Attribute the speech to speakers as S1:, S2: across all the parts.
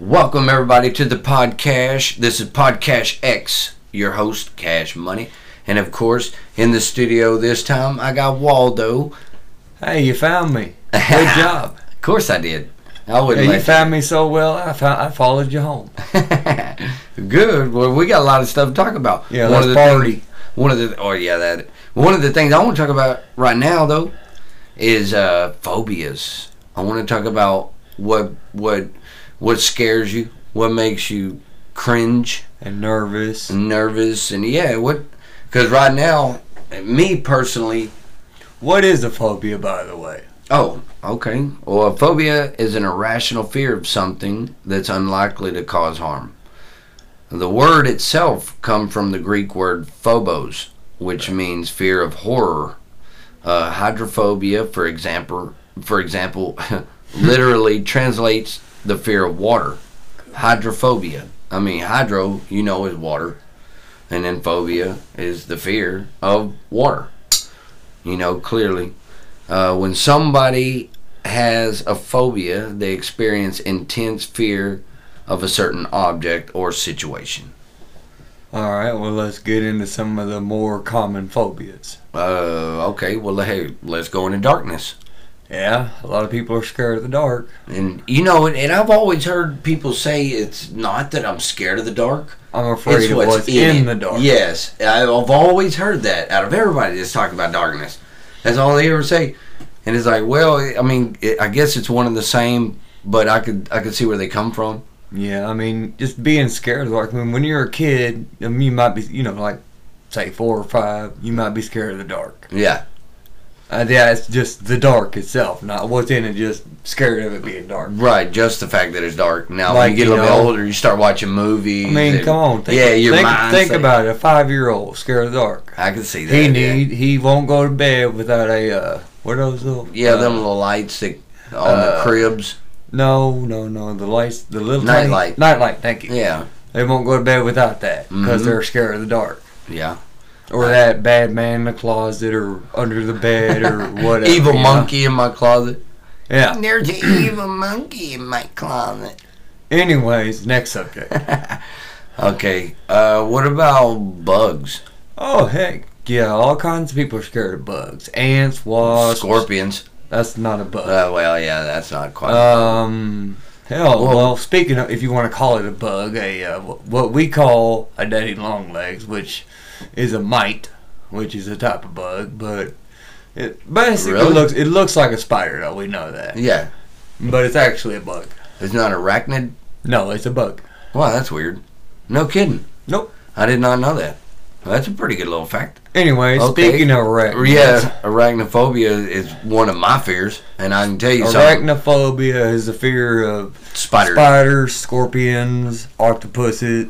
S1: Welcome everybody to the podcast. This is Podcast X, your host Cash Money, and of course in the studio this time I got Waldo.
S2: Hey, you found me. Good job.
S1: Of course I did. I
S2: Yeah,
S1: wouldn't
S2: you
S1: let you.
S2: found me so well. I found, I followed you home.
S1: Good. Well, we got a lot of stuff to talk about.
S2: Yeah,
S1: one
S2: let's
S1: of the
S2: party.
S1: Things, one of the oh yeah that one of the things I want to talk about right now though is uh, phobias. I want to talk about what what what scares you, what makes you cringe,
S2: And nervous.
S1: nervous, and yeah, what because right now, me personally,
S2: What is a phobia, by the way?
S1: Oh, okay. Well, a phobia is an irrational fear of something that's unlikely to cause harm. The word itself come from the Greek word phobos, which means fear of horror. Uh, hydrophobia, for example, for example, literally translates the fear of water. Hydrophobia. I mean, hydro, you know, is water, and then phobia is the fear of water. You know, clearly. Uh, when somebody has a phobia, they experience intense fear of a certain object or situation.
S2: All right, well, let's get into some of the more common phobias.
S1: Uh, okay, well, hey, let's go into darkness.
S2: Yeah, a lot of people are scared of the dark.
S1: And you know, and, and I've always heard people say it's not that I'm scared of the dark.
S2: I'm afraid
S1: it's
S2: of
S1: what's
S2: what's
S1: in,
S2: in,
S1: it.
S2: the dark.
S1: Yes, I've always heard that out of everybody that's talking about darkness. That's all they ever say. And it's like, well, I mean, it, I guess it's one and the same, but I could I could see where they come from.
S2: Yeah, I mean, just being scared of the dark. I mean, when you're a kid, I mean, you might be, you know, like, say four or five, you might be scared of the dark.
S1: Yeah,
S2: Uh, yeah, it's just the dark itself, not what's in it, just scared of it being dark.
S1: Right, just the fact that it's dark. Now, when
S2: Like,
S1: you get a
S2: you
S1: little bit
S2: know-
S1: older, you start watching movies.
S2: I mean,
S1: and-
S2: come on. Think,
S1: yeah, your
S2: think,
S1: mind.
S2: think
S1: say-
S2: about it. A five-year-old scared of the dark.
S1: I can see that.
S2: He
S1: yeah.
S2: need. He won't go to bed without a. Uh, what are those little?
S1: Yeah,
S2: uh,
S1: them little lights that on the
S2: uh,
S1: cribs.
S2: No, no, no. The lights. The little tiny-
S1: Nightlight.
S2: Nightlight. Thank you.
S1: Yeah,
S2: They won't go to bed without that because
S1: Mhm.
S2: they're scared of the dark.
S1: yeah.
S2: Or that bad man in the closet, or under the bed, or whatever.
S1: evil
S2: you know?
S1: monkey in my closet.
S2: Yeah.
S1: There's an evil monkey in my closet.
S2: Anyways, next subject.
S1: Okay, uh, what about bugs?
S2: oh heck, yeah. All kinds of people are scared of bugs. Ants, wasps.
S1: Scorpions.
S2: That's not a bug.
S1: Uh, well, yeah, that's not quite.
S2: Um, hell,
S1: Well-
S2: well, speaking of, if you want to call it a bug, a uh, wh- what we call a daddy long legs, which is a mite, which is a type of bug, but it basically
S1: Really?
S2: looks it looks like a spider, though we know that,
S1: yeah,
S2: but it's actually a bug.
S1: it's not arachnid.
S2: No, it's a bug.
S1: Wow, that's weird. No kidding.
S2: Nope.
S1: I did not know that. Well, that's a pretty good little fact.
S2: Anyway,
S1: Okay.
S2: speaking of arachnids,
S1: Yeah, arachnophobia is one of my fears, and I can tell you something.
S2: arachnophobia is the fear of
S1: Spiders.
S2: spiders, scorpions, octopuses,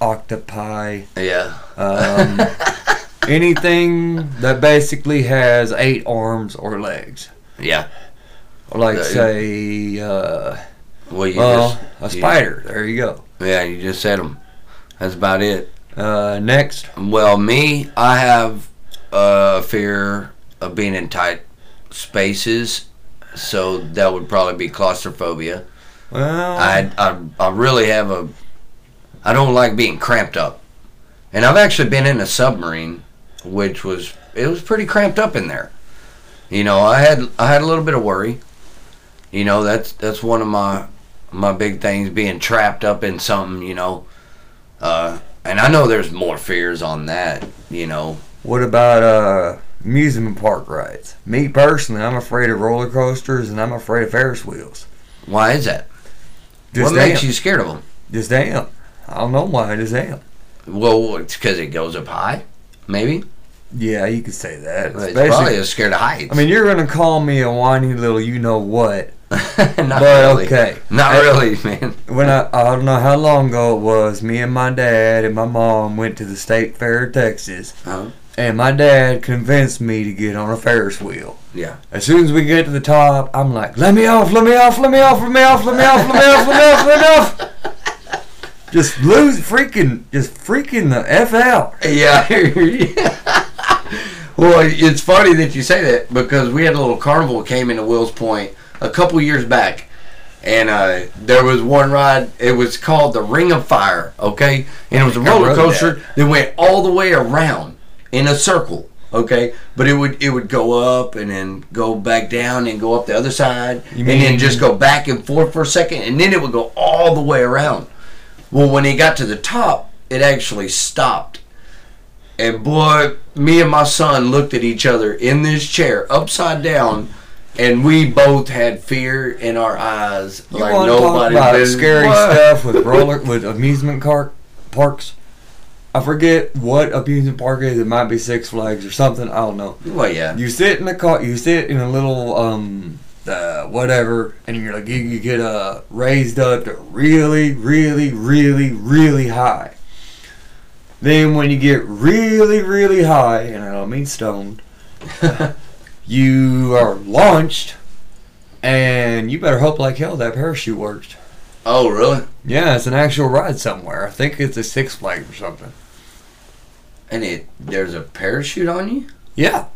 S2: octopi.
S1: yeah.
S2: Um, anything that basically has eight arms or legs.
S1: Yeah.
S2: Like,
S1: Yeah.
S2: say, uh,
S1: Well, you
S2: well, a
S1: just, you-
S2: spider. There you go.
S1: yeah, you just said them. That's about it.
S2: Uh, next.
S1: Well, me, I have a fear of being in tight spaces, so that would probably be claustrophobia.
S2: Well,
S1: I, I, I really have a. I don't like being cramped up, and I've actually been in a submarine, which was it was pretty cramped up in there. You know, I had I had a little bit of worry. You know, that's that's one of my my big things being trapped up in something. You know, uh, and I know there's more fears on that. You know,
S2: what about uh, amusement park rides? Me personally, I'm afraid of roller coasters and I'm afraid of Ferris wheels.
S1: why is that?
S2: Just
S1: what
S2: am.
S1: makes you scared of them?
S2: Just am. I don't know why. I just am.
S1: Well, it's because it goes up high, maybe.
S2: Yeah, you could say that.
S1: It's
S2: Basically-
S1: probably is scared of heights.
S2: I mean, you're gonna call me a whiny little, you know what?
S1: not
S2: but
S1: really.
S2: okay.
S1: Not really, man.
S2: When I, I don't know how long ago it was, me and my dad and my mom went to the state fair of Texas,
S1: Uh-huh.
S2: and my dad convinced me to get on a Ferris wheel.
S1: Yeah.
S2: As soon as we get to the top, I'm like, let me off, let me off, let me off, let me off, let me off, let me off, let me off, let me off. Just lose freaking, just freaking the F out.
S1: Yeah. well, it's funny that you say that because we had a little carnival came into Will's Point a couple years back, And uh, there was one ride. It was called the Ring of Fire. Okay, and it was a
S2: I
S1: roller
S2: rode
S1: coaster that. went all the way around in a circle. Okay, but it would it would go up and then go back down and go up the other side
S2: You
S1: and then
S2: mean-
S1: just go back and forth for a second and then it would go all the way around. Well, when he got to the top, it actually stopped. And boy, me and my son looked at each other in this chair, upside down, and we both had fear in our eyes,
S2: You
S1: like
S2: want to talk
S1: nobody's
S2: about
S1: business.
S2: scary
S1: What?
S2: stuff with roller with amusement car parks? I forget what amusement park it is. It might be Six Flags or something. I don't know.
S1: Well, yeah,
S2: You sit in a car. You sit in a little um uh, whatever, and you're like you, you get uh raised up to really, really, really, really high. Then when you get really, really high, and I don't mean stoned, you are launched, and you better hope like hell that parachute works.
S1: Oh, really?
S2: Yeah, it's an actual ride somewhere. I think it's a Six Flags or something.
S1: And it there's a parachute on you?
S2: Yeah,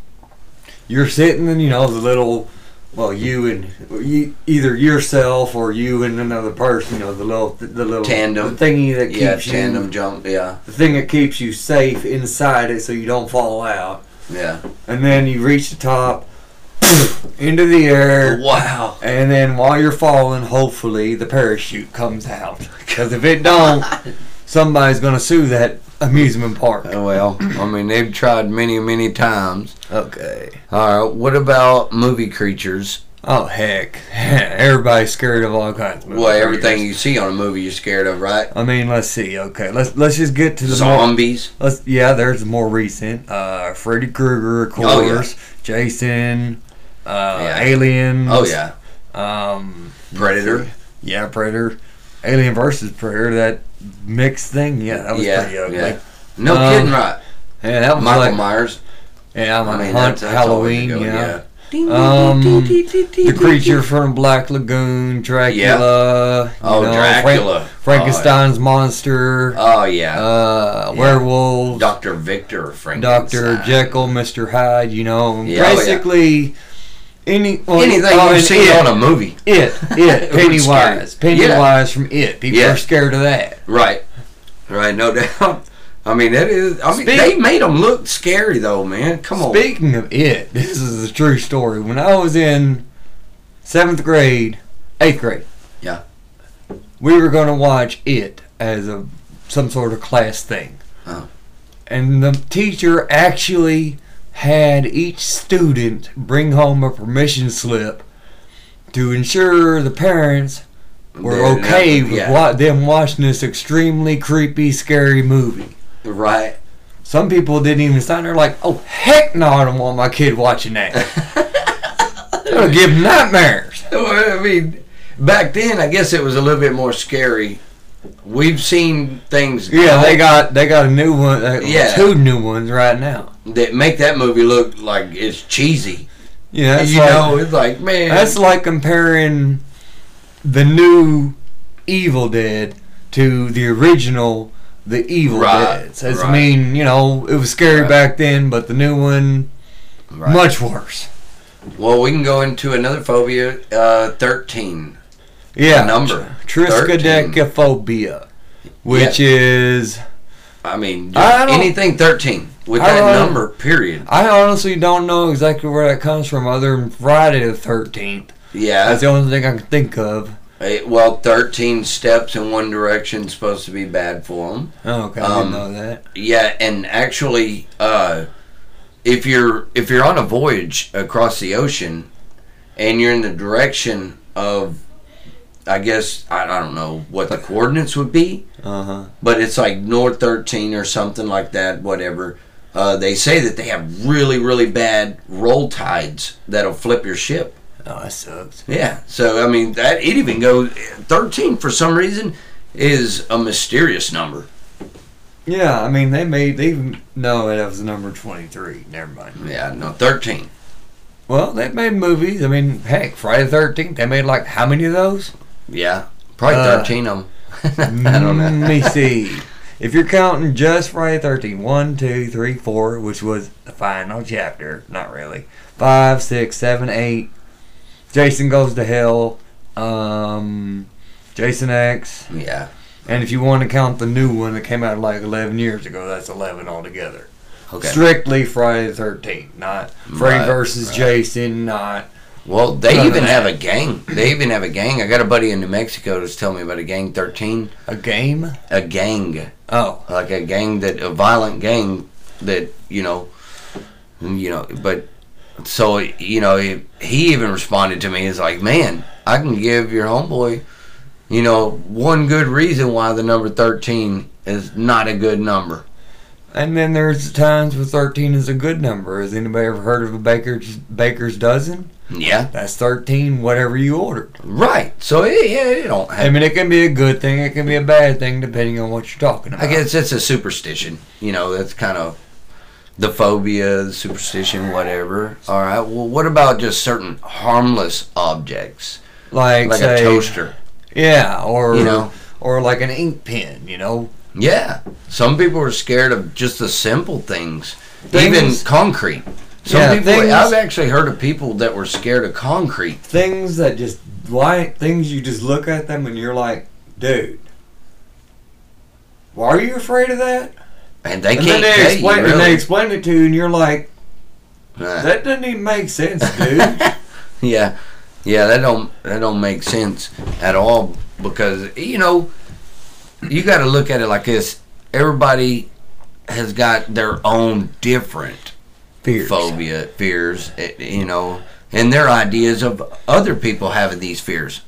S2: you're sitting in you know the little, well you and you, either yourself or you and another person. You know the little the little
S1: Tandem.
S2: the thingy that keeps
S1: Yeah,
S2: you
S1: tandem jump. Yeah,
S2: the thing that keeps you safe inside it so you don't fall out.
S1: yeah.
S2: And then you reach the top, into the air.
S1: Wow.
S2: And then while you're falling, hopefully the parachute comes out. Because if it don't, somebody's gonna sue that amusement park.
S1: Oh, well, I mean they've tried many, many times.
S2: Okay.
S1: All right, what about movie creatures?
S2: Oh heck, everybody's scared of all kinds. Of
S1: Well, everything you see on a movie, you're scared of, right?
S2: I mean, let's see. Okay, let's let's just get to the more.
S1: Zombies.
S2: Let's yeah. There's more recent. Uh, Freddy Krueger, of course.
S1: Oh, yeah.
S2: Jason. Uh,
S1: Yeah.
S2: Aliens.
S1: Oh yeah,
S2: Um,
S1: Predator.
S2: yeah, Predator. Alien versus Predator. That mixed thing. Yeah, that was
S1: yeah,
S2: pretty ugly.
S1: yeah. No
S2: Um,
S1: kidding, right?
S2: Yeah, that was
S1: Michael
S2: like
S1: Myers.
S2: yeah, I'm on
S1: I mean,
S2: hunt
S1: that's, that's
S2: Halloween.
S1: all we could go,
S2: yeah.
S1: yeah.
S2: Um, the creature from Black Lagoon, Dracula. you
S1: Oh,
S2: know, Frank-
S1: Dracula.
S2: Frankenstein's monster.
S1: Oh yeah.
S2: Uh,
S1: Oh, Yeah.
S2: werewolves.
S1: Doctor Victor Frankenstein.
S2: Dr. Jekyll, Mr. Hyde, you know,
S1: Yeah, oh, yeah.
S2: basically any well,
S1: Anything
S2: I mean,
S1: you see
S2: it,
S1: on a movie,
S2: it, it,
S1: It would scare
S2: Pennywise,
S1: you.
S2: Pennywise from it. People
S1: Yeah.
S2: are scared of that.
S1: right? Right, no doubt. I mean, that is. I mean,
S2: Speak-
S1: they made them look scary though, man. Come on.
S2: Speaking of it, this is a true story. When I was in seventh grade, eighth grade,
S1: Yeah.
S2: we were going to watch it as a some sort of class thing,
S1: Oh.
S2: and the teacher actually had each student bring home a permission slip to ensure the parents were
S1: They're not-
S2: okay with
S1: yeah.
S2: wa- them watching this extremely creepy, scary movie.
S1: Right.
S2: Some people didn't even sign. They're like, "Oh heck no, I don't want my kid watching that. That'll give him nightmares."
S1: Well, I mean, back then, I guess it was a little bit more scary. We've seen things
S2: Yeah, they got they got a new one. Uh,
S1: Yeah.
S2: two new ones right now.
S1: that make that movie look like it's cheesy.
S2: Yeah, that's
S1: you
S2: like,
S1: know, it's like man,
S2: that's like comparing the new Evil Dead to the original The Evil
S1: Right,
S2: Dead. So It's,
S1: right.
S2: I mean, you know, it was scary
S1: Right.
S2: back then, but the new one
S1: Right.
S2: much worse.
S1: well, we can go into another phobia, uh, thirteen.
S2: Yeah,
S1: The number, 13.
S2: triskaidekaphobia, which is
S1: I mean, just
S2: I don't-
S1: anything thirteen with
S2: I
S1: that
S2: don't-
S1: number. Period.
S2: I honestly don't know exactly where that comes from, other than Friday the Thirteenth.
S1: Yeah.
S2: That's the only thing I can think of.
S1: eh, well, thirteen steps in one direction is supposed to be bad for them.
S2: Oh, okay, I
S1: Um,
S2: didn't know that.
S1: Yeah, and actually, uh, if you're if you're on a voyage across the ocean, and you're in the direction of, I guess I, I don't know what the coordinates would be,
S2: Uh huh.
S1: but it's like North 13 or something like that. Whatever. Uh, they say that they have really really bad roll tides that'll flip your ship.
S2: Oh, that sucks.
S1: Yeah. So I mean that it even goes 13 for some reason is a mysterious number.
S2: Yeah, I mean they made they even- no that was number twenty three. Never mind.
S1: Yeah. No 13.
S2: Well, they made movies. I mean, heck, Friday the Thirteenth. They made like how many of those?
S1: Yeah, probably
S2: Uh,
S1: 13 of them. I don't know.
S2: Let me see. If you're counting just Friday the 13th, 1, 2, 3, 4, which was the final chapter, not really. 5, 6, 7, 8, Jason Goes to Hell, um, Jason X,
S1: Yeah.
S2: and if you want to count the new one that came out like 11 years ago, that's 11 altogether.
S1: Okay.
S2: Strictly Friday the 13th, not Freddy
S1: Right,
S2: versus
S1: right.
S2: Jason, not.
S1: Well, they
S2: No, no,
S1: even
S2: no.
S1: have a gang. They even have a gang. I got a buddy in New Mexico that's telling me about a gang 13.
S2: A game?
S1: A gang.
S2: Oh,
S1: Like a gang that, a violent gang that, you know, you know, but so, you know, he, he even responded to me. It's like, man, I can give your homeboy, you know, one good reason why the number 13 is not a good number.
S2: and then there's times where 13 is a good number. Has anybody ever heard of a baker's baker's dozen?
S1: Yeah.
S2: That's 13, whatever you order.
S1: Right. So, it, yeah, it don't have.
S2: I mean, it can be a good thing, it can be a bad thing, depending on what you're talking about.
S1: I guess it's a superstition. You know, that's kind of the phobia, the superstition, whatever. All right. Well, what about just certain harmless objects,
S2: like,
S1: like
S2: say,
S1: a toaster?
S2: Yeah, or
S1: You know.
S2: or like an ink pen, you know.
S1: Yeah. Some people are scared of just the simple things, even
S2: Things-
S1: concrete. Some
S2: Yeah,
S1: people.
S2: things-
S1: I've actually heard of people that were scared of concrete.
S2: Things that just why things you just look at them and you're like, dude, why are you afraid of that?
S1: And they
S2: and
S1: can't
S2: then they
S1: tell you,
S2: explain and they
S1: really.
S2: explain it to you, and you're like,
S1: Uh,
S2: that doesn't even make sense, dude.
S1: Yeah, yeah, that don't that don't make sense at all because you know you got to look at it like this. Everybody has got their own different
S2: Fears.
S1: phobia fears, eh, you know, and their ideas of other people having these fears.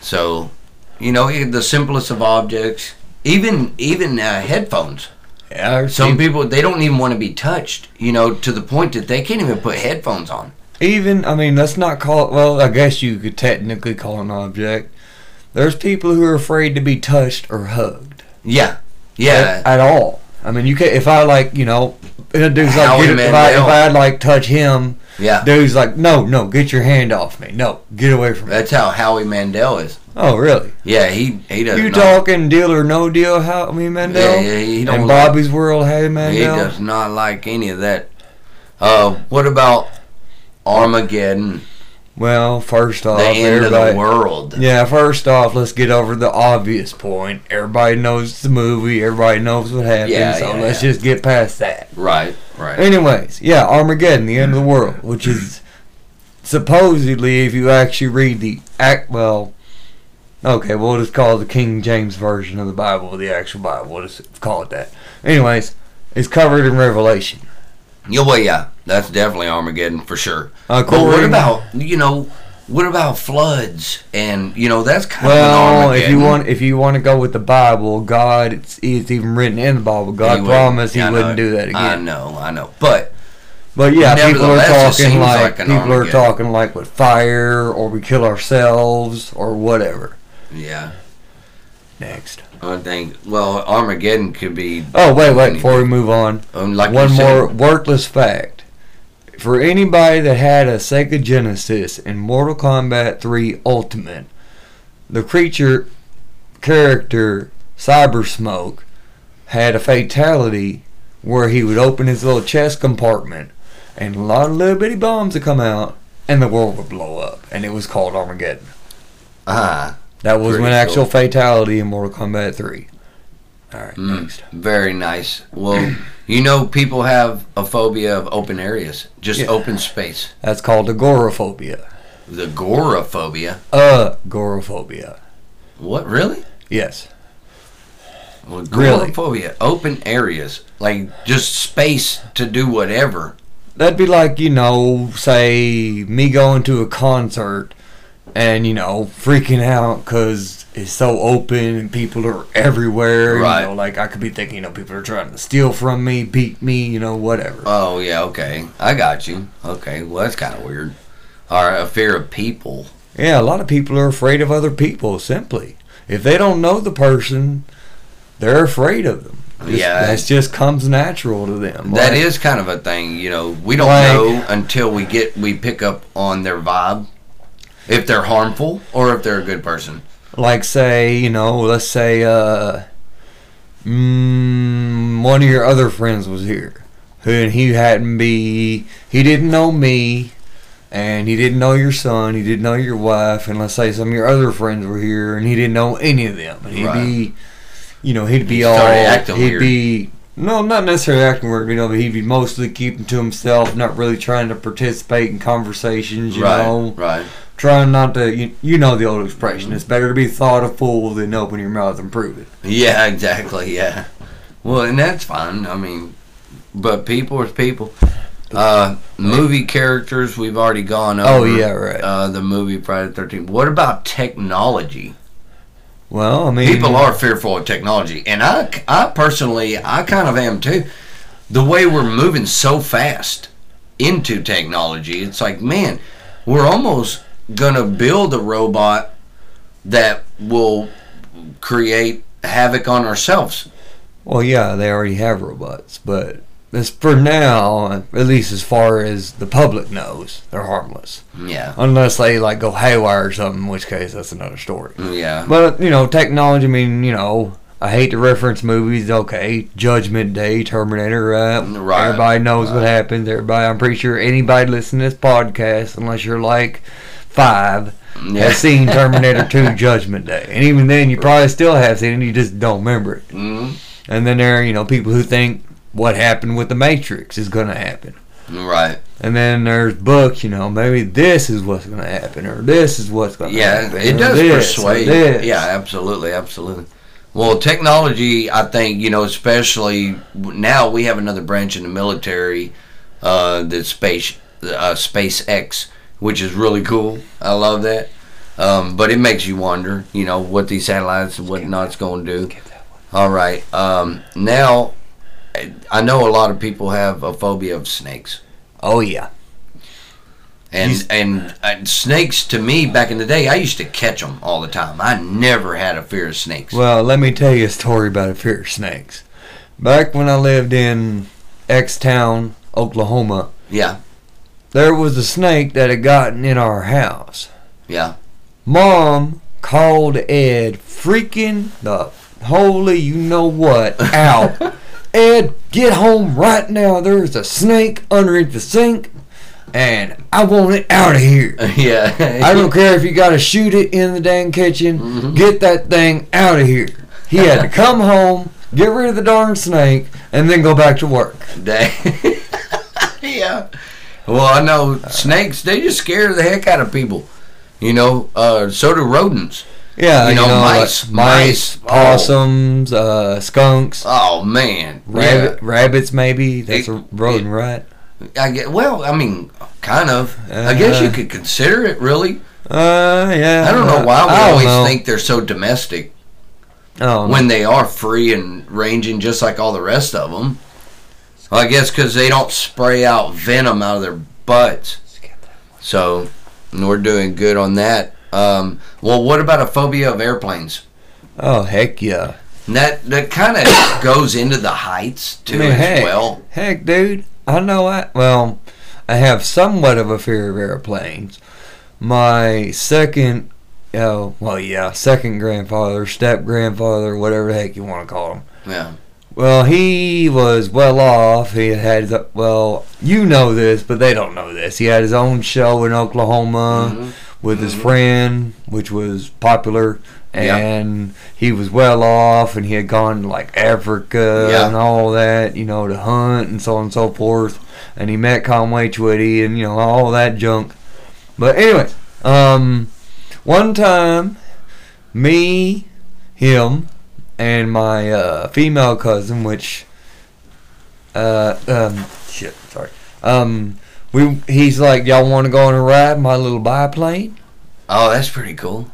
S1: So, you know, eh, the simplest of objects, even even uh, headphones.
S2: Yeah, I've
S1: Some
S2: seen-
S1: people they don't even want to be touched, you know, to the point that they can't even put headphones on.
S2: even I mean, let's not call it. Well, I guess you could technically call it an object. There's people who are afraid to be touched or hugged.
S1: Yeah, yeah.
S2: at, at all. I mean, you can if I like, you know, if a dude's like,
S1: Howie
S2: get, if, I, if
S1: Mandel.
S2: I like touch him,
S1: Yeah.
S2: dude's like, no, no, get your hand off me, no, get away from me.
S1: That's how Howie Mandel is.
S2: Oh, really?
S1: Yeah, he he does
S2: you
S1: not.
S2: talking deal or no deal, Howie Mandel?
S1: Yeah, yeah, he don't
S2: And
S1: like-
S2: Bobby's World,
S1: he
S2: Howie Mandel.
S1: does not like any of that. Uh, what about Armageddon?
S2: Well, first off,
S1: the end of
S2: everybody.
S1: the world.
S2: Yeah, first off, let's get over the obvious point. Everybody knows the movie. Everybody knows what happened.
S1: Yeah,
S2: so
S1: yeah,
S2: let's
S1: yeah.
S2: just get past that.
S1: Right, right.
S2: Anyways, yeah, Armageddon, the end of the world, which is supposedly, if you actually read the act, well, okay, we'll just call it the King James version of the Bible, the actual Bible. We'll just call it that. Anyways, it's covered in Revelation.
S1: Yeah, well, yeah, that's definitely Armageddon for sure. But
S2: According,
S1: what about you know? What about floods? And you know that's kind of an
S2: Well, if
S1: Armageddon.
S2: you want, if you want to go with the Bible, God, it's, it's even written in the Bible. God
S1: He wouldn't-
S2: promised He
S1: I know
S2: wouldn't
S1: it.
S2: do that
S1: I
S2: again.
S1: know, I know. But
S2: But yeah, people are
S1: Nevertheless, it
S2: talking
S1: seems
S2: like,
S1: like an
S2: people are
S1: Armageddon.
S2: talking like with fire, or we kill ourselves, or whatever.
S1: yeah,
S2: Next.
S1: I think well Armageddon could be
S2: Oh, wait, wait, before we move on,
S1: um, like you
S2: one
S1: said,
S2: more worthless fact. For anybody that had a Sega Genesis in Mortal Kombat 3 Ultimate, the creature character Cyber Smoke had a fatality where he would open his little chest compartment and a lot of little bitty bombs would come out and the world would blow up. And it was called Armageddon.
S1: Ah,
S2: That was
S1: Pretty
S2: an actual
S1: cool.
S2: fatality in Mortal Kombat 3. Alright,
S1: Mm.
S2: next.
S1: Very nice. Well, you know, people have a phobia of open areas, just
S2: Yeah.
S1: open space.
S2: That's called agoraphobia.
S1: The agoraphobia.
S2: agoraphobia.
S1: What really?
S2: Yes.
S1: Well,
S2: Really?
S1: agoraphobia. Open areas, like just space to do whatever.
S2: That'd be like, you know, say me going to a concert and, you know, freaking out because it's so open and people are everywhere.
S1: Right.
S2: You know, like I could be thinking, you know, people are trying to steal from me, beat me, you know, whatever.
S1: Oh yeah, okay, I got you. Okay, well that's kind of weird. All right, a fear of people.
S2: yeah, a lot of people are afraid of other people simply. If they don't know the person, they're afraid of them. Just-
S1: Yeah.
S2: That just comes natural to them.
S1: That
S2: Like,
S1: is kind of a thing, you know. We don't
S2: Like-
S1: know until we get we pick up on their vibe, if they're harmful or if they're a good person.
S2: like say you know let's say uh mm, one of your other friends was here who and he hadn't be he didn't know me and he didn't know your son, he didn't know your wife, and let's say some of your other friends were here, and he didn't know any of them, and he'd
S1: Right.
S2: be, you know, he'd be
S1: He'd
S2: all,
S1: start acting
S2: he'd
S1: weird.
S2: be, no, not necessarily acting weird, you know, but he'd be mostly keeping to himself, not really trying to participate in conversations, you
S1: right,
S2: know,
S1: right,
S2: trying not to, you, you know, the old expression, it's better to be thought a fool than open your mouth and prove it.
S1: yeah, exactly, yeah. Well, and that's fine. I mean, but people is people. Uh, movie characters we've already gone over.
S2: Oh, yeah, right.
S1: Uh, the movie Friday the Thirteenth. What about technology?
S2: Well, I mean,
S1: People are fearful of technology, and I, I personally, I kind of am too. The way we're moving so fast into technology, it's like, man, we're almost gonna build a robot that will create havoc on ourselves.
S2: Well, yeah, they already have robots, but as for now, at least as far as the public knows, they're harmless.
S1: Yeah,
S2: Unless they like go haywire or something, in which case that's another story.
S1: yeah,
S2: But you know, technology. I mean, you know, I hate to reference movies. Okay, Judgment Day, Terminator. Right?
S1: Right,
S2: Everybody knows what happens. Everybody. I'm pretty sure anybody listening to this podcast, unless you're like five,
S1: yeah.
S2: has seen Terminator Two, Judgment Day, and even then, you probably still have seen it. You just don't remember it.
S1: Mm,
S2: And then there are, you know, people who think what happened with the Matrix is going to happen.
S1: right.
S2: And then there's books, you know, maybe this is what's going to happen, or this is what's going to
S1: Yeah,
S2: happen.
S1: it
S2: or
S1: does
S2: this, or
S1: persuade.
S2: this.
S1: Yeah, absolutely, absolutely. Well, technology, I think you know, especially now we have another branch in the military, uh, the space, uh, SpaceX, which is really cool. I love that. Um, but it makes you wonder, you know, what these satellites and whatnot's going to do.
S2: Get that one.
S1: All right, um, now I- I know a lot of people have a phobia of snakes.
S2: Oh, yeah.
S1: And,
S2: He's-
S1: and and snakes to me back in the day, I used to catch them all the time. I never had a fear of snakes.
S2: Well, let me tell you a story about a fear of snakes. Back when I lived in X Town, Oklahoma,
S1: Yeah,
S2: there was a snake that had gotten in our house.
S1: yeah,
S2: Mom called Ed freaking the holy you know what out. Ed, get home right now. There's a snake underneath the sink and I want it out of here.
S1: yeah.
S2: I don't care if you gotta shoot it in the dang kitchen.
S1: Mhm.
S2: Get that thing out of here. He had to come home, get rid of the darn snake, and then go back to work.
S1: They- yeah. Well, I know snakes. They just scare the heck out of people. You know, uh, so do rodents.
S2: Yeah,
S1: You
S2: you know,
S1: know,
S2: like
S1: mice- mice,
S2: mice,
S1: oh.
S2: possums, uh, skunks,
S1: Oh man,
S2: rabbit, rabbits. Maybe that's
S1: It-
S2: a rodent, right?
S1: Yeah. I get, well, I mean, kind of. I guess you
S2: Uh,
S1: could consider it really.
S2: Uh, yeah.
S1: I don't know why we
S2: I don't
S1: always
S2: know.
S1: think they're so domestic
S2: Oh,
S1: Um, when they are free and ranging just like all the rest of them. I guess because they don't spray out venom out of their butts. So we're doing good on that. Um, well, what about a phobia of airplanes?
S2: oh heck yeah.
S1: And that that kind of goes into the heights too
S2: Man,
S1: as
S2: heck,
S1: well.
S2: heck, dude. I know. I well, I have somewhat of a fear of airplanes. My second, oh well, yeah, second grandfather, step grandfather, whatever the heck you want to call him.
S1: Yeah.
S2: Well, he was well off. He had his- well, you know this, but they don't know this. He had his own show in Oklahoma.
S1: Mhm.
S2: with his
S1: Mhm.
S2: friend, which was popular,
S1: Yeah.
S2: and he was well off, and he had gone to like Africa
S1: Yeah.
S2: and all that, you know, to hunt and so on and so forth, and he met Conway Twitty and you know all that junk. But anyway, um, one time, me, him, and my uh, female cousin, which, uh, um, shit, sorry, um. We, he's like, y'all want to go on a ride in my little biplane?
S1: Oh, that's pretty cool.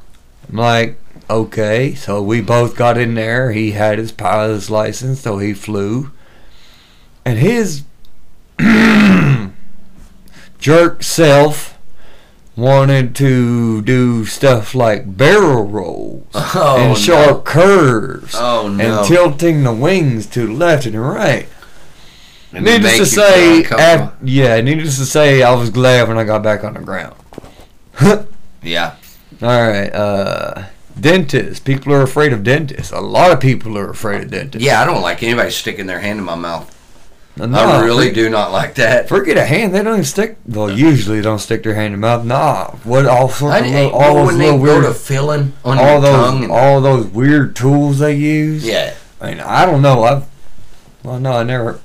S2: I'm like, okay. So we both got in there. He had his pilot's license, so he flew. And his jerk self wanted to do stuff like barrel rolls
S1: Oh,
S2: and
S1: no.
S2: sharp curves
S1: Oh no.
S2: and tilting the wings to the left and the right.
S1: It would
S2: needless
S1: make
S2: to
S1: you
S2: say,
S1: feel
S2: af-
S1: uncomfortable.
S2: yeah, needless to say, I was glad when I got back on the ground.
S1: yeah.
S2: All right. Uh, dentists. People are afraid of dentists. A lot of people are afraid of dentists.
S1: Yeah, I don't like anybody sticking their hand in my mouth.
S2: No,
S1: I really do not like that.
S2: Forget a hand. They don't even stick. Well, usually don't stick their hand in mouth. Nah. What all sorts
S1: I,
S2: of little,
S1: all
S2: all those
S1: when they
S2: little
S1: go to
S2: weird,
S1: filling on
S2: all
S1: your tongue.
S2: those
S1: And,
S2: all those weird tools they use.
S1: yeah.
S2: I mean, I don't know. I've well, no, I never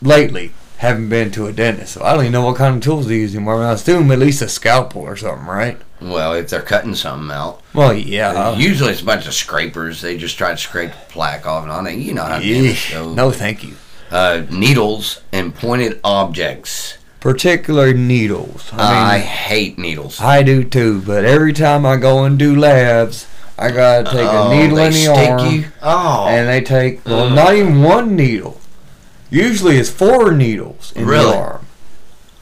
S2: lately haven't been to a dentist, so I don't even know what kind of tools they use anymore. I assume at least a scalpel or something, right?
S1: Well, if they're cutting something out,
S2: Well, yeah.
S1: usually it's a bunch of scrapers. They just try to scrape the plaque off and on. it. You know how
S2: yeah.
S1: dentists go.
S2: No, thank you.
S1: Uh, needles and pointed objects.
S2: Particular needles.
S1: I,
S2: I mean,
S1: hate needles.
S2: I, do too. But every time I go and do labs, I gotta take
S1: Oh,
S2: a needle
S1: they
S2: in the
S1: stick
S2: arm.
S1: you? Oh,
S2: and they take well,
S1: Ugh.
S2: not even one needle. Usually it's four needles in
S1: Really?
S2: the arm.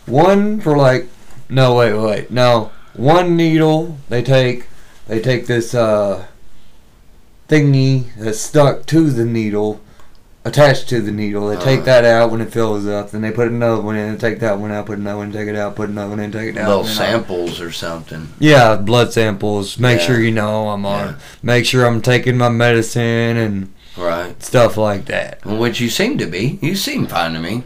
S2: One for like no wait wait no one needle they take they take this uh thingy that's stuck to the needle attached to the needle they take
S1: Uh.
S2: that out when it fills up then they put another one in take that one out put another one take it out put another one in take it out
S1: little
S2: and then I-
S1: samples or something.
S2: yeah, blood samples. Make
S1: Yeah.
S2: sure you know I'm on.
S1: Yeah.
S2: Make sure I'm taking my medicine and
S1: Right.
S2: stuff like that.
S1: Which you seem to be. You seem fine to me.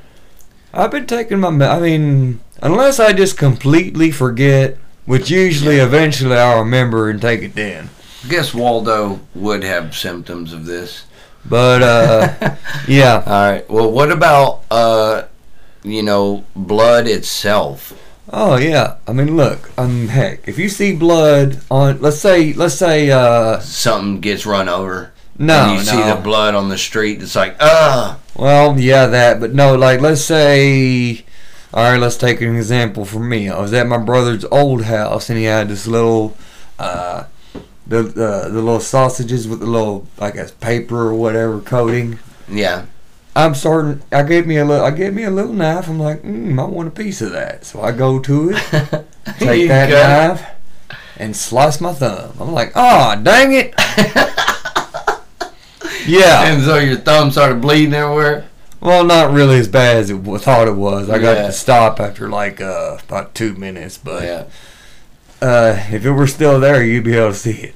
S2: I've been taking my. me- I mean, unless I just completely forget, which usually eventually I'll remember and take it then.
S1: I guess Waldo would have symptoms of this.
S2: But uh, yeah,
S1: All right. Well, what about uh, you know, blood itself?
S2: oh yeah. I mean, look. I mean, heck, if you see blood on, let's say, let's say, uh,
S1: Something gets run over.
S2: no,
S1: and you
S2: no.
S1: see the blood on the street. It's like, ah,
S2: Well, yeah, that, but no, like, let's say, all right, let's take an example for me. I was at my brother's old house, and he had this little, uh, the the, the little sausages with the little, I guess, paper or whatever coating.
S1: yeah.
S2: I'm starting. I gave me a little. I gave me a little knife. I'm like, mm, I want a piece of that. So I go to it,
S1: You
S2: take
S1: got it.
S2: that knife, and slice my thumb. I'm like, ah, dang it. yeah.
S1: And so your thumb started bleeding everywhere.
S2: Well, not really as bad as it w- thought it was. I got
S1: Yeah.
S2: to stop after like uh, about two minutes, but
S1: Oh, Yeah,
S2: uh, if it were still there, you'd be able to see it.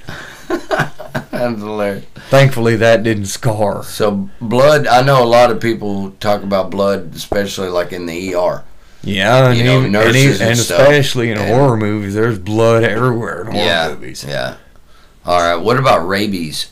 S1: that's hilarious.
S2: Thankfully, that didn't scar.
S1: So blood. I know a lot of people talk about blood, especially like in the ER.
S2: Yeah, and,
S1: You know,
S2: even, and,
S1: nurses
S2: even-
S1: and
S2: and
S1: stuff,
S2: especially in
S1: and-
S2: horror movies, there's blood everywhere in horror
S1: yeah,
S2: movies.
S1: yeah. All right. What about rabies?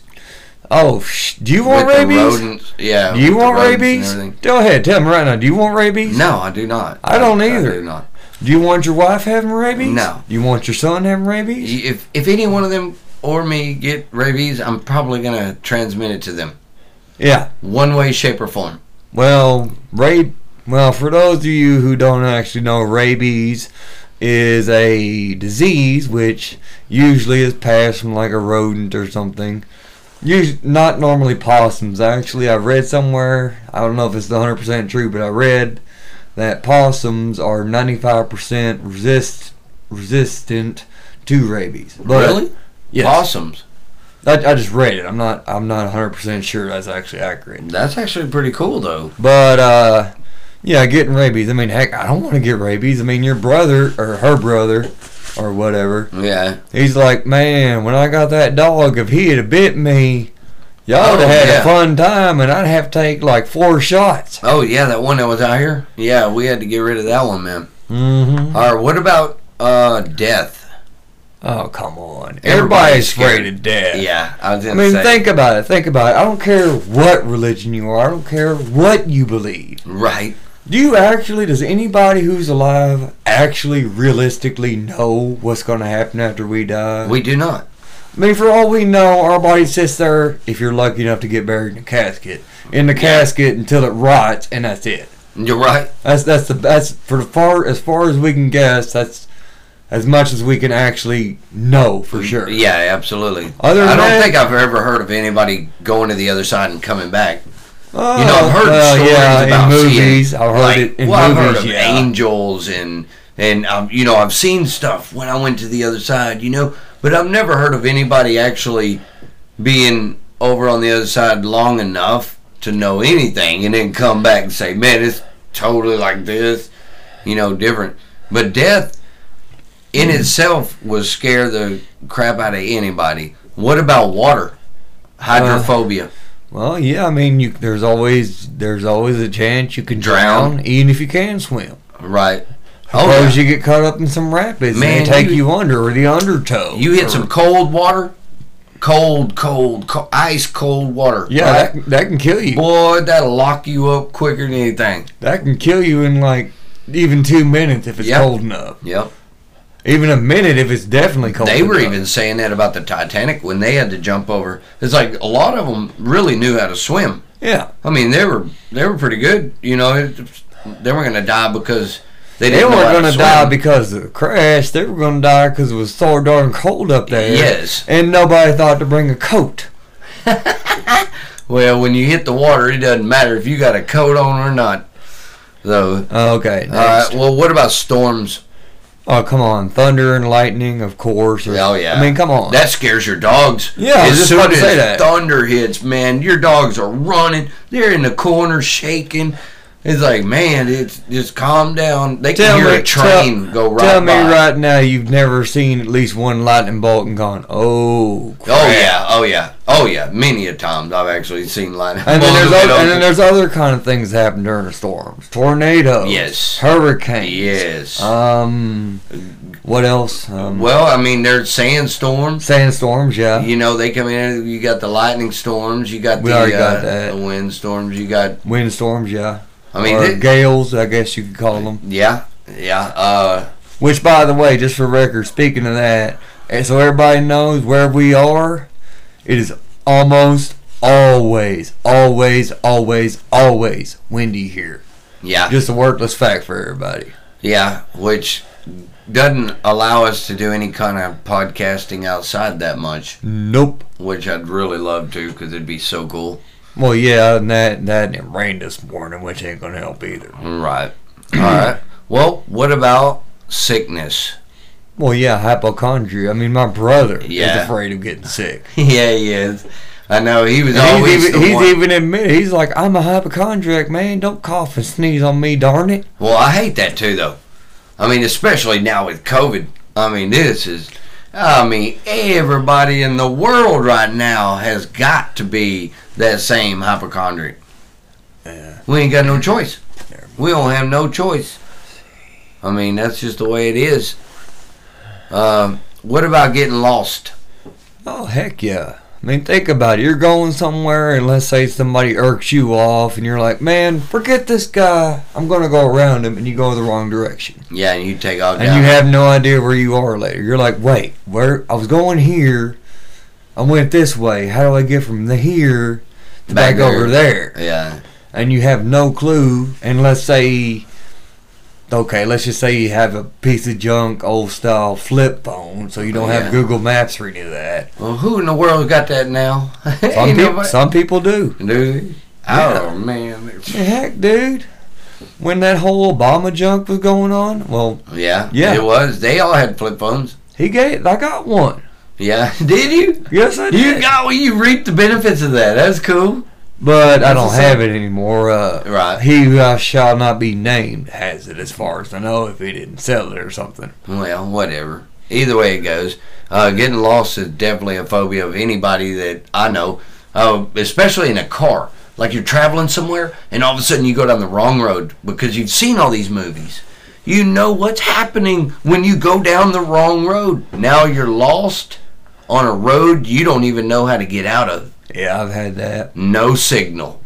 S2: Oh, sh- do you want
S1: With the
S2: rabies?
S1: rodents- yeah.
S2: Do you
S1: with the
S2: want
S1: rodents and
S2: rabies?
S1: everything.
S2: Go ahead, tell me right now. Do you want rabies?
S1: No, I do not.
S2: I don't
S1: I
S2: either.
S1: do not.
S2: Do you want your wife having rabies?
S1: No.
S2: You want your son having rabies?
S1: If if any one of them or me get rabies, I'm probably gonna transmit it to them,
S2: Yeah.
S1: one way, shape, or form.
S2: Well, rape. Well, for those of you who don't actually know, rabies is a disease which usually is passed from like a rodent or something. Us- not normally possums. Actually, I've read somewhere. I don't know if it's 100% true, but I read that possums are 95% resist resistant to rabies. But
S1: really?
S2: Yes.
S1: Possums.
S2: I, I just read it. I'm not. I'm not 100% sure that's actually accurate.
S1: That's actually pretty cool, though.
S2: But uh yeah, getting rabies. I mean, heck, I don't want to get rabies. I mean, your brother or her brother or whatever.
S1: Yeah.
S2: He's like, "Man, when I got that dog, if he had bit me, y'all would
S1: Oh,
S2: have had
S1: yeah.
S2: a fun time and I'd have to take like four shots."
S1: Oh yeah, that one that was out here. Yeah, we had to get rid of that one, man.
S2: Mhm.
S1: All right. What about uh death?
S2: Oh, come on. Everybody's,
S1: Everybody's
S2: afraid
S1: scared.
S2: of death.
S1: Yeah, I was
S2: I
S1: gonna
S2: mean,
S1: say.
S2: think about it. Think about it. I don't care what religion you are. I don't care what you believe.
S1: right.
S2: Do you actually, does anybody who's alive actually realistically know what's going to happen after we die?
S1: We do not.
S2: I mean, for all we know, our body sits there, if you're lucky enough to get buried in a casket, in the casket until it rots, and that's it.
S1: You're right.
S2: That's, that's the, that's, for the far, as far as we can guess, that's as much as we can actually know for sure.
S1: Yeah, absolutely.
S2: Other than
S1: I don't
S2: that-
S1: think I've ever heard of anybody going to the other side and coming back.
S2: Oh,
S1: You know, I've heard
S2: well,
S1: stories
S2: yeah,
S1: about
S2: in movies.
S1: seeing,
S2: I've heard
S1: like,
S2: it in
S1: well,
S2: movies.
S1: I've heard of
S2: yeah.
S1: angels and and um, you know I've seen stuff when I went to the other side, you know, but I've never heard of anybody actually being over on the other side long enough to know anything and then come back and say, "Man, it's totally like this," you know, different. But death in
S2: Mm-hmm.
S1: itself would scare the crap out of anybody. What about water? Hydrophobia.
S2: Well, yeah, I mean, you, there's always there's always a chance you can drown, even if you can swim.
S1: Right. Oh,
S2: Suppose you get caught up in some rapids
S1: Man,
S2: and they take
S1: you-
S2: you, under or the undertow.
S1: You hit
S2: or-
S1: some cold water, cold, cold, co ice cold water.
S2: Yeah,
S1: right?
S2: that, that can kill you.
S1: boy, that'll lock you up quicker than anything.
S2: That can kill you in like even two minutes if it's
S1: Yep.
S2: cold enough.
S1: Yep.
S2: Even a minute if it's definitely cold.
S1: They were
S2: enough.
S1: even saying that about the Titanic when they had to jump over. It's like a lot of them really knew how to swim.
S2: yeah.
S1: I mean, they were they were pretty good. You know, it, they weren't going to die because they
S2: They
S1: didn't. know
S2: weren't
S1: how to
S2: gonna
S1: swim.
S2: die because of the crash. They were gonna die because it was so darn cold up there.
S1: Yes.
S2: And nobody thought to bring a coat.
S1: Well, when you hit the water, it doesn't matter if you got a coat on or not. Though.
S2: Okay.
S1: All right.
S2: next.
S1: Well, what about storms?
S2: Oh come on, thunder and lightning, of course. or-
S1: Oh, yeah.
S2: I mean, come on.
S1: That scares your dogs.
S2: Yeah, I was
S1: as
S2: just
S1: soon
S2: about to
S1: as
S2: say that.
S1: thunder hits, man, your dogs are running. They're in the corner shaking. It's like, man, it's just calm down. They
S2: tell
S1: can hear
S2: me,
S1: a train
S2: tell,
S1: go right
S2: tell
S1: by.
S2: me right now, you've never seen at least one lightning bolt and gone, oh. Crap.
S1: Oh yeah, oh yeah, oh yeah. Many a times I've actually seen lightning.
S2: And then,
S1: bolts
S2: there's
S1: that
S2: other, and
S1: don't-
S2: then there's other kind of things that happen during the storms. Tornadoes.
S1: Yes.
S2: Hurricanes.
S1: yes.
S2: Um, what else? Um,
S1: well, I mean, there's sandstorms.
S2: sandstorms, yeah.
S1: You know, they come in. You got the lightning storms. You got
S2: We
S1: the
S2: already got
S1: uh,
S2: that.
S1: the wind storms. You got.
S2: Windstorms, yeah.
S1: I mean,
S2: or
S1: it-
S2: gales, I guess you could call them.
S1: yeah, yeah. Uh,
S2: Which, by the way, just for record, speaking of that, and so everybody knows where we are, it is almost always, always, always, always windy here.
S1: yeah,
S2: Just a worthless fact for everybody.
S1: yeah. Which doesn't allow us to do any kind of podcasting outside that much,
S2: Nope.
S1: which I'd really love to because it'd be so cool.
S2: Well, yeah, and that and that and it rained this morning, which ain't gonna help either.
S1: Right. All right. Well, what about sickness?
S2: Well, yeah, hypochondria. I mean, my brother
S1: Yeah.
S2: is afraid of getting sick.
S1: yeah, he is. I know he was
S2: And
S1: always
S2: he's even,
S1: the
S2: he's
S1: one.
S2: even admitted he's like, I'm a hypochondriac, man. Don't cough and sneeze on me, darn it.
S1: well, I hate that too, though. I mean, especially now with COVID. I mean, this is. I mean, everybody in the world right now has got to be that same hypochondriac.
S2: Yeah.
S1: We ain't got no choice.
S2: Never
S1: We don't have no choice. I mean, that's just the way it is. Um, what about getting lost?
S2: Oh heck yeah! I mean, think about it. You're going somewhere, and let's say somebody irks you off, and you're like, "Man, forget this guy. I'm gonna go around him," and you go the wrong direction,
S1: Yeah, and you take off
S2: and
S1: down.
S2: you have no idea where you are later. You're like, "Wait, where? I was going here. I went this way. How do I get from the here to
S1: Back
S2: back,
S1: there."
S2: over there?"
S1: yeah.
S2: And you have no clue. And let's say, okay, let's just say you have a piece of junk, old style flip phone, so you don't
S1: Oh, Yeah.
S2: have Google Maps or any of that.
S1: Well, who in the world got that now?
S2: Some,
S1: Ain't
S2: peop-
S1: nobody-
S2: some people do.
S1: Do they?
S2: Yeah.
S1: Oh man.
S2: The heck, dude? When that whole Obama junk was going on, well,
S1: Yeah.
S2: Yeah.
S1: It was. They all had flip phones.
S2: he gave. I got one.
S1: Yeah. Did you?
S2: Yes, I did.
S1: You got well, you reaped the benefits of that. That's cool.
S2: but I don't
S1: That's the
S2: have it anymore. Uh,
S1: Right.
S2: He who I shall not be named has it, as far as I know, if he didn't sell it or something.
S1: Well, whatever. Either way it goes, uh, getting lost is definitely a phobia of anybody that I know, uh, especially in a car. Like you're traveling somewhere and all of a sudden you go down the wrong road because you've seen all these movies. You know what's happening when you go down the wrong road. Now you're lost on a road you don't even know how to get out of.
S2: Yeah, I've had that.
S1: No signal.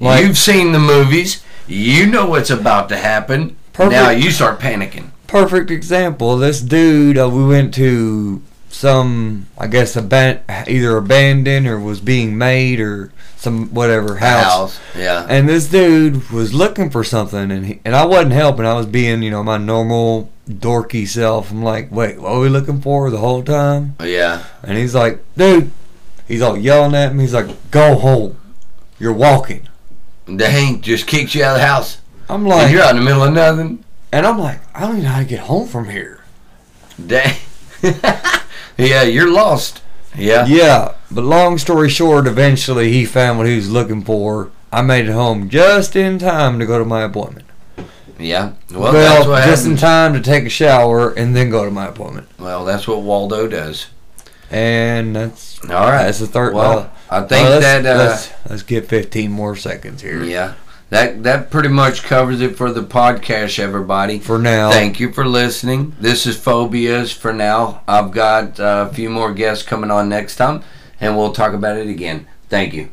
S2: Like-
S1: You've seen the movies. You know what's about to happen.
S2: Perfect.
S1: Now you start panicking.
S2: Perfect example. This dude, uh, we went to some, I guess, aban- either abandoned or was being made or some whatever house.
S1: House. Yeah.
S2: And this dude was looking for something, and he, and I wasn't helping. I was being, you know, my normal dorky self. I'm like, wait, what are we looking for the whole time?
S1: Yeah.
S2: And he's like, dude, he's all yelling at me. He's like, go home. You're walking.
S1: Dang, just kicks you out of the house.
S2: I'm
S1: And
S2: like,
S1: you're out in the middle of nothing.
S2: and I'm like, I don't even know how to get home from here.
S1: Dang. yeah, you're lost. Yeah.
S2: Yeah, but long story short, eventually he found what he was looking for. I made it home just in time to go to my appointment.
S1: Yeah. Well,
S2: Well,
S1: that's what
S2: just in
S1: happens.
S2: time to take a shower and then go to my appointment.
S1: Well, that's what Waldo does.
S2: And that's
S1: All right.
S2: That's the third.
S1: Well, I think
S2: well, let's-
S1: that uh,
S2: let's, let's get 15 more seconds here
S1: yeah, that that pretty much covers it for the podcast, everybody.
S2: for now.
S1: Thank you for listening. This is Phobias for now. I've got uh, a few more guests coming on next time, and we'll talk about it again. Thank you.